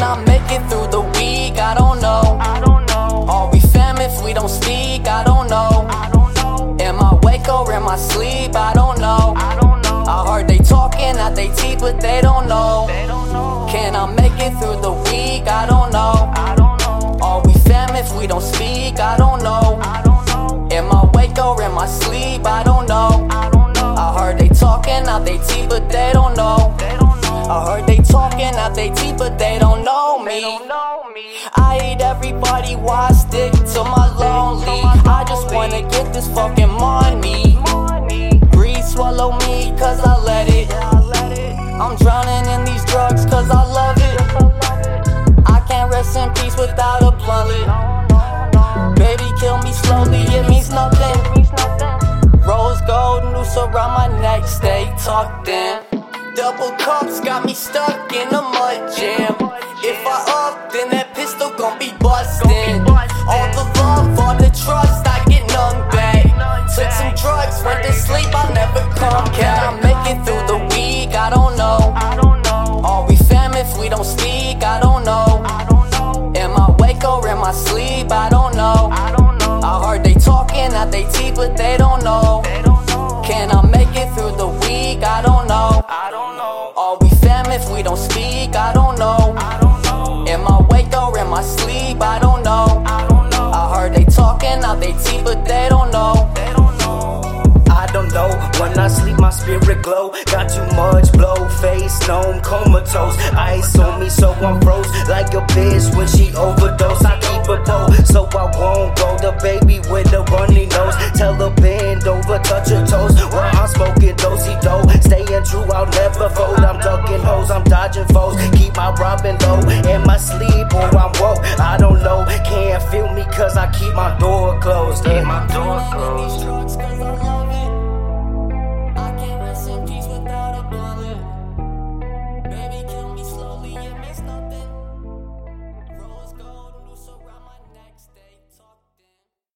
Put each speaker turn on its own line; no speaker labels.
it through the week, I don't know.
I don't know.
Are we fam if we don't speak? I don't know.
I don't know.
Am I wake or am I sleep? I don't know.
I don't know.
I heard they talking out they teeth, but they don't know.
They don't know.
Can I make it through the week? I don't know.
I don't know.
Are we fam if we don't speak? I don't know.
I don't know.
Am I wake or am I sleep? I don't know.
I don't know.
I heard they talking out they teeth, but they don't know.
They don't know.
I heard they talking out they teeth, but they don't know me.
They don't know me.
I hate everybody, why I stick to my lonely? I just wanna get this fucking money.
Money.
Breathe, swallow me, cause I let it.
I let it.
I'm drowning in these drugs, cause I love
I
it.
love it.
I can't rest in peace without a blunt.
No, no, no.
Baby, kill me slowly, it means nothing.
Means nothing.
Rose gold noose around my neck, stay tucked in. Double cups got me stuck in a mud jam. If I up, then that pistol gon' be bustin'. All the love, all the trust, I get none back. Took some drugs, went to sleep, I'll never come. Can I make it through the week? I don't know.
I don't know.
Are we fam if we don't speak? I don't know.
I don't know.
Am I wake or am I sleep? I don't know.
I don't know.
I heard they talking out they teeth, but they don't know.
They don't know.
Can I make it through the week? I don't know.
I don't know.
Are we fam if we don't speak? I don't know.
I don't know.
Am I wake or am I sleep? I don't know.
I don't know.
I heard they talking out they teeth, but they don't know.
They don't know.
I don't know. When I sleep, my spirit glow. Got too much blow, face known, comatose. Ice on me, so I'm froze like a bitch when she overdose. I keep a bow, so I won't go. The baby with a runny nose. Tell her bend over, touch her toes. While I'm smoking dosey dough, staying true. I'll never fold. I'm ducking hoes, I'm dodging foes. Keep my robin low in my sleep or I'm woke. I don't know. Can't feel me 'cause I keep my door closed.
My door
Drowning in these
closed.
drugs,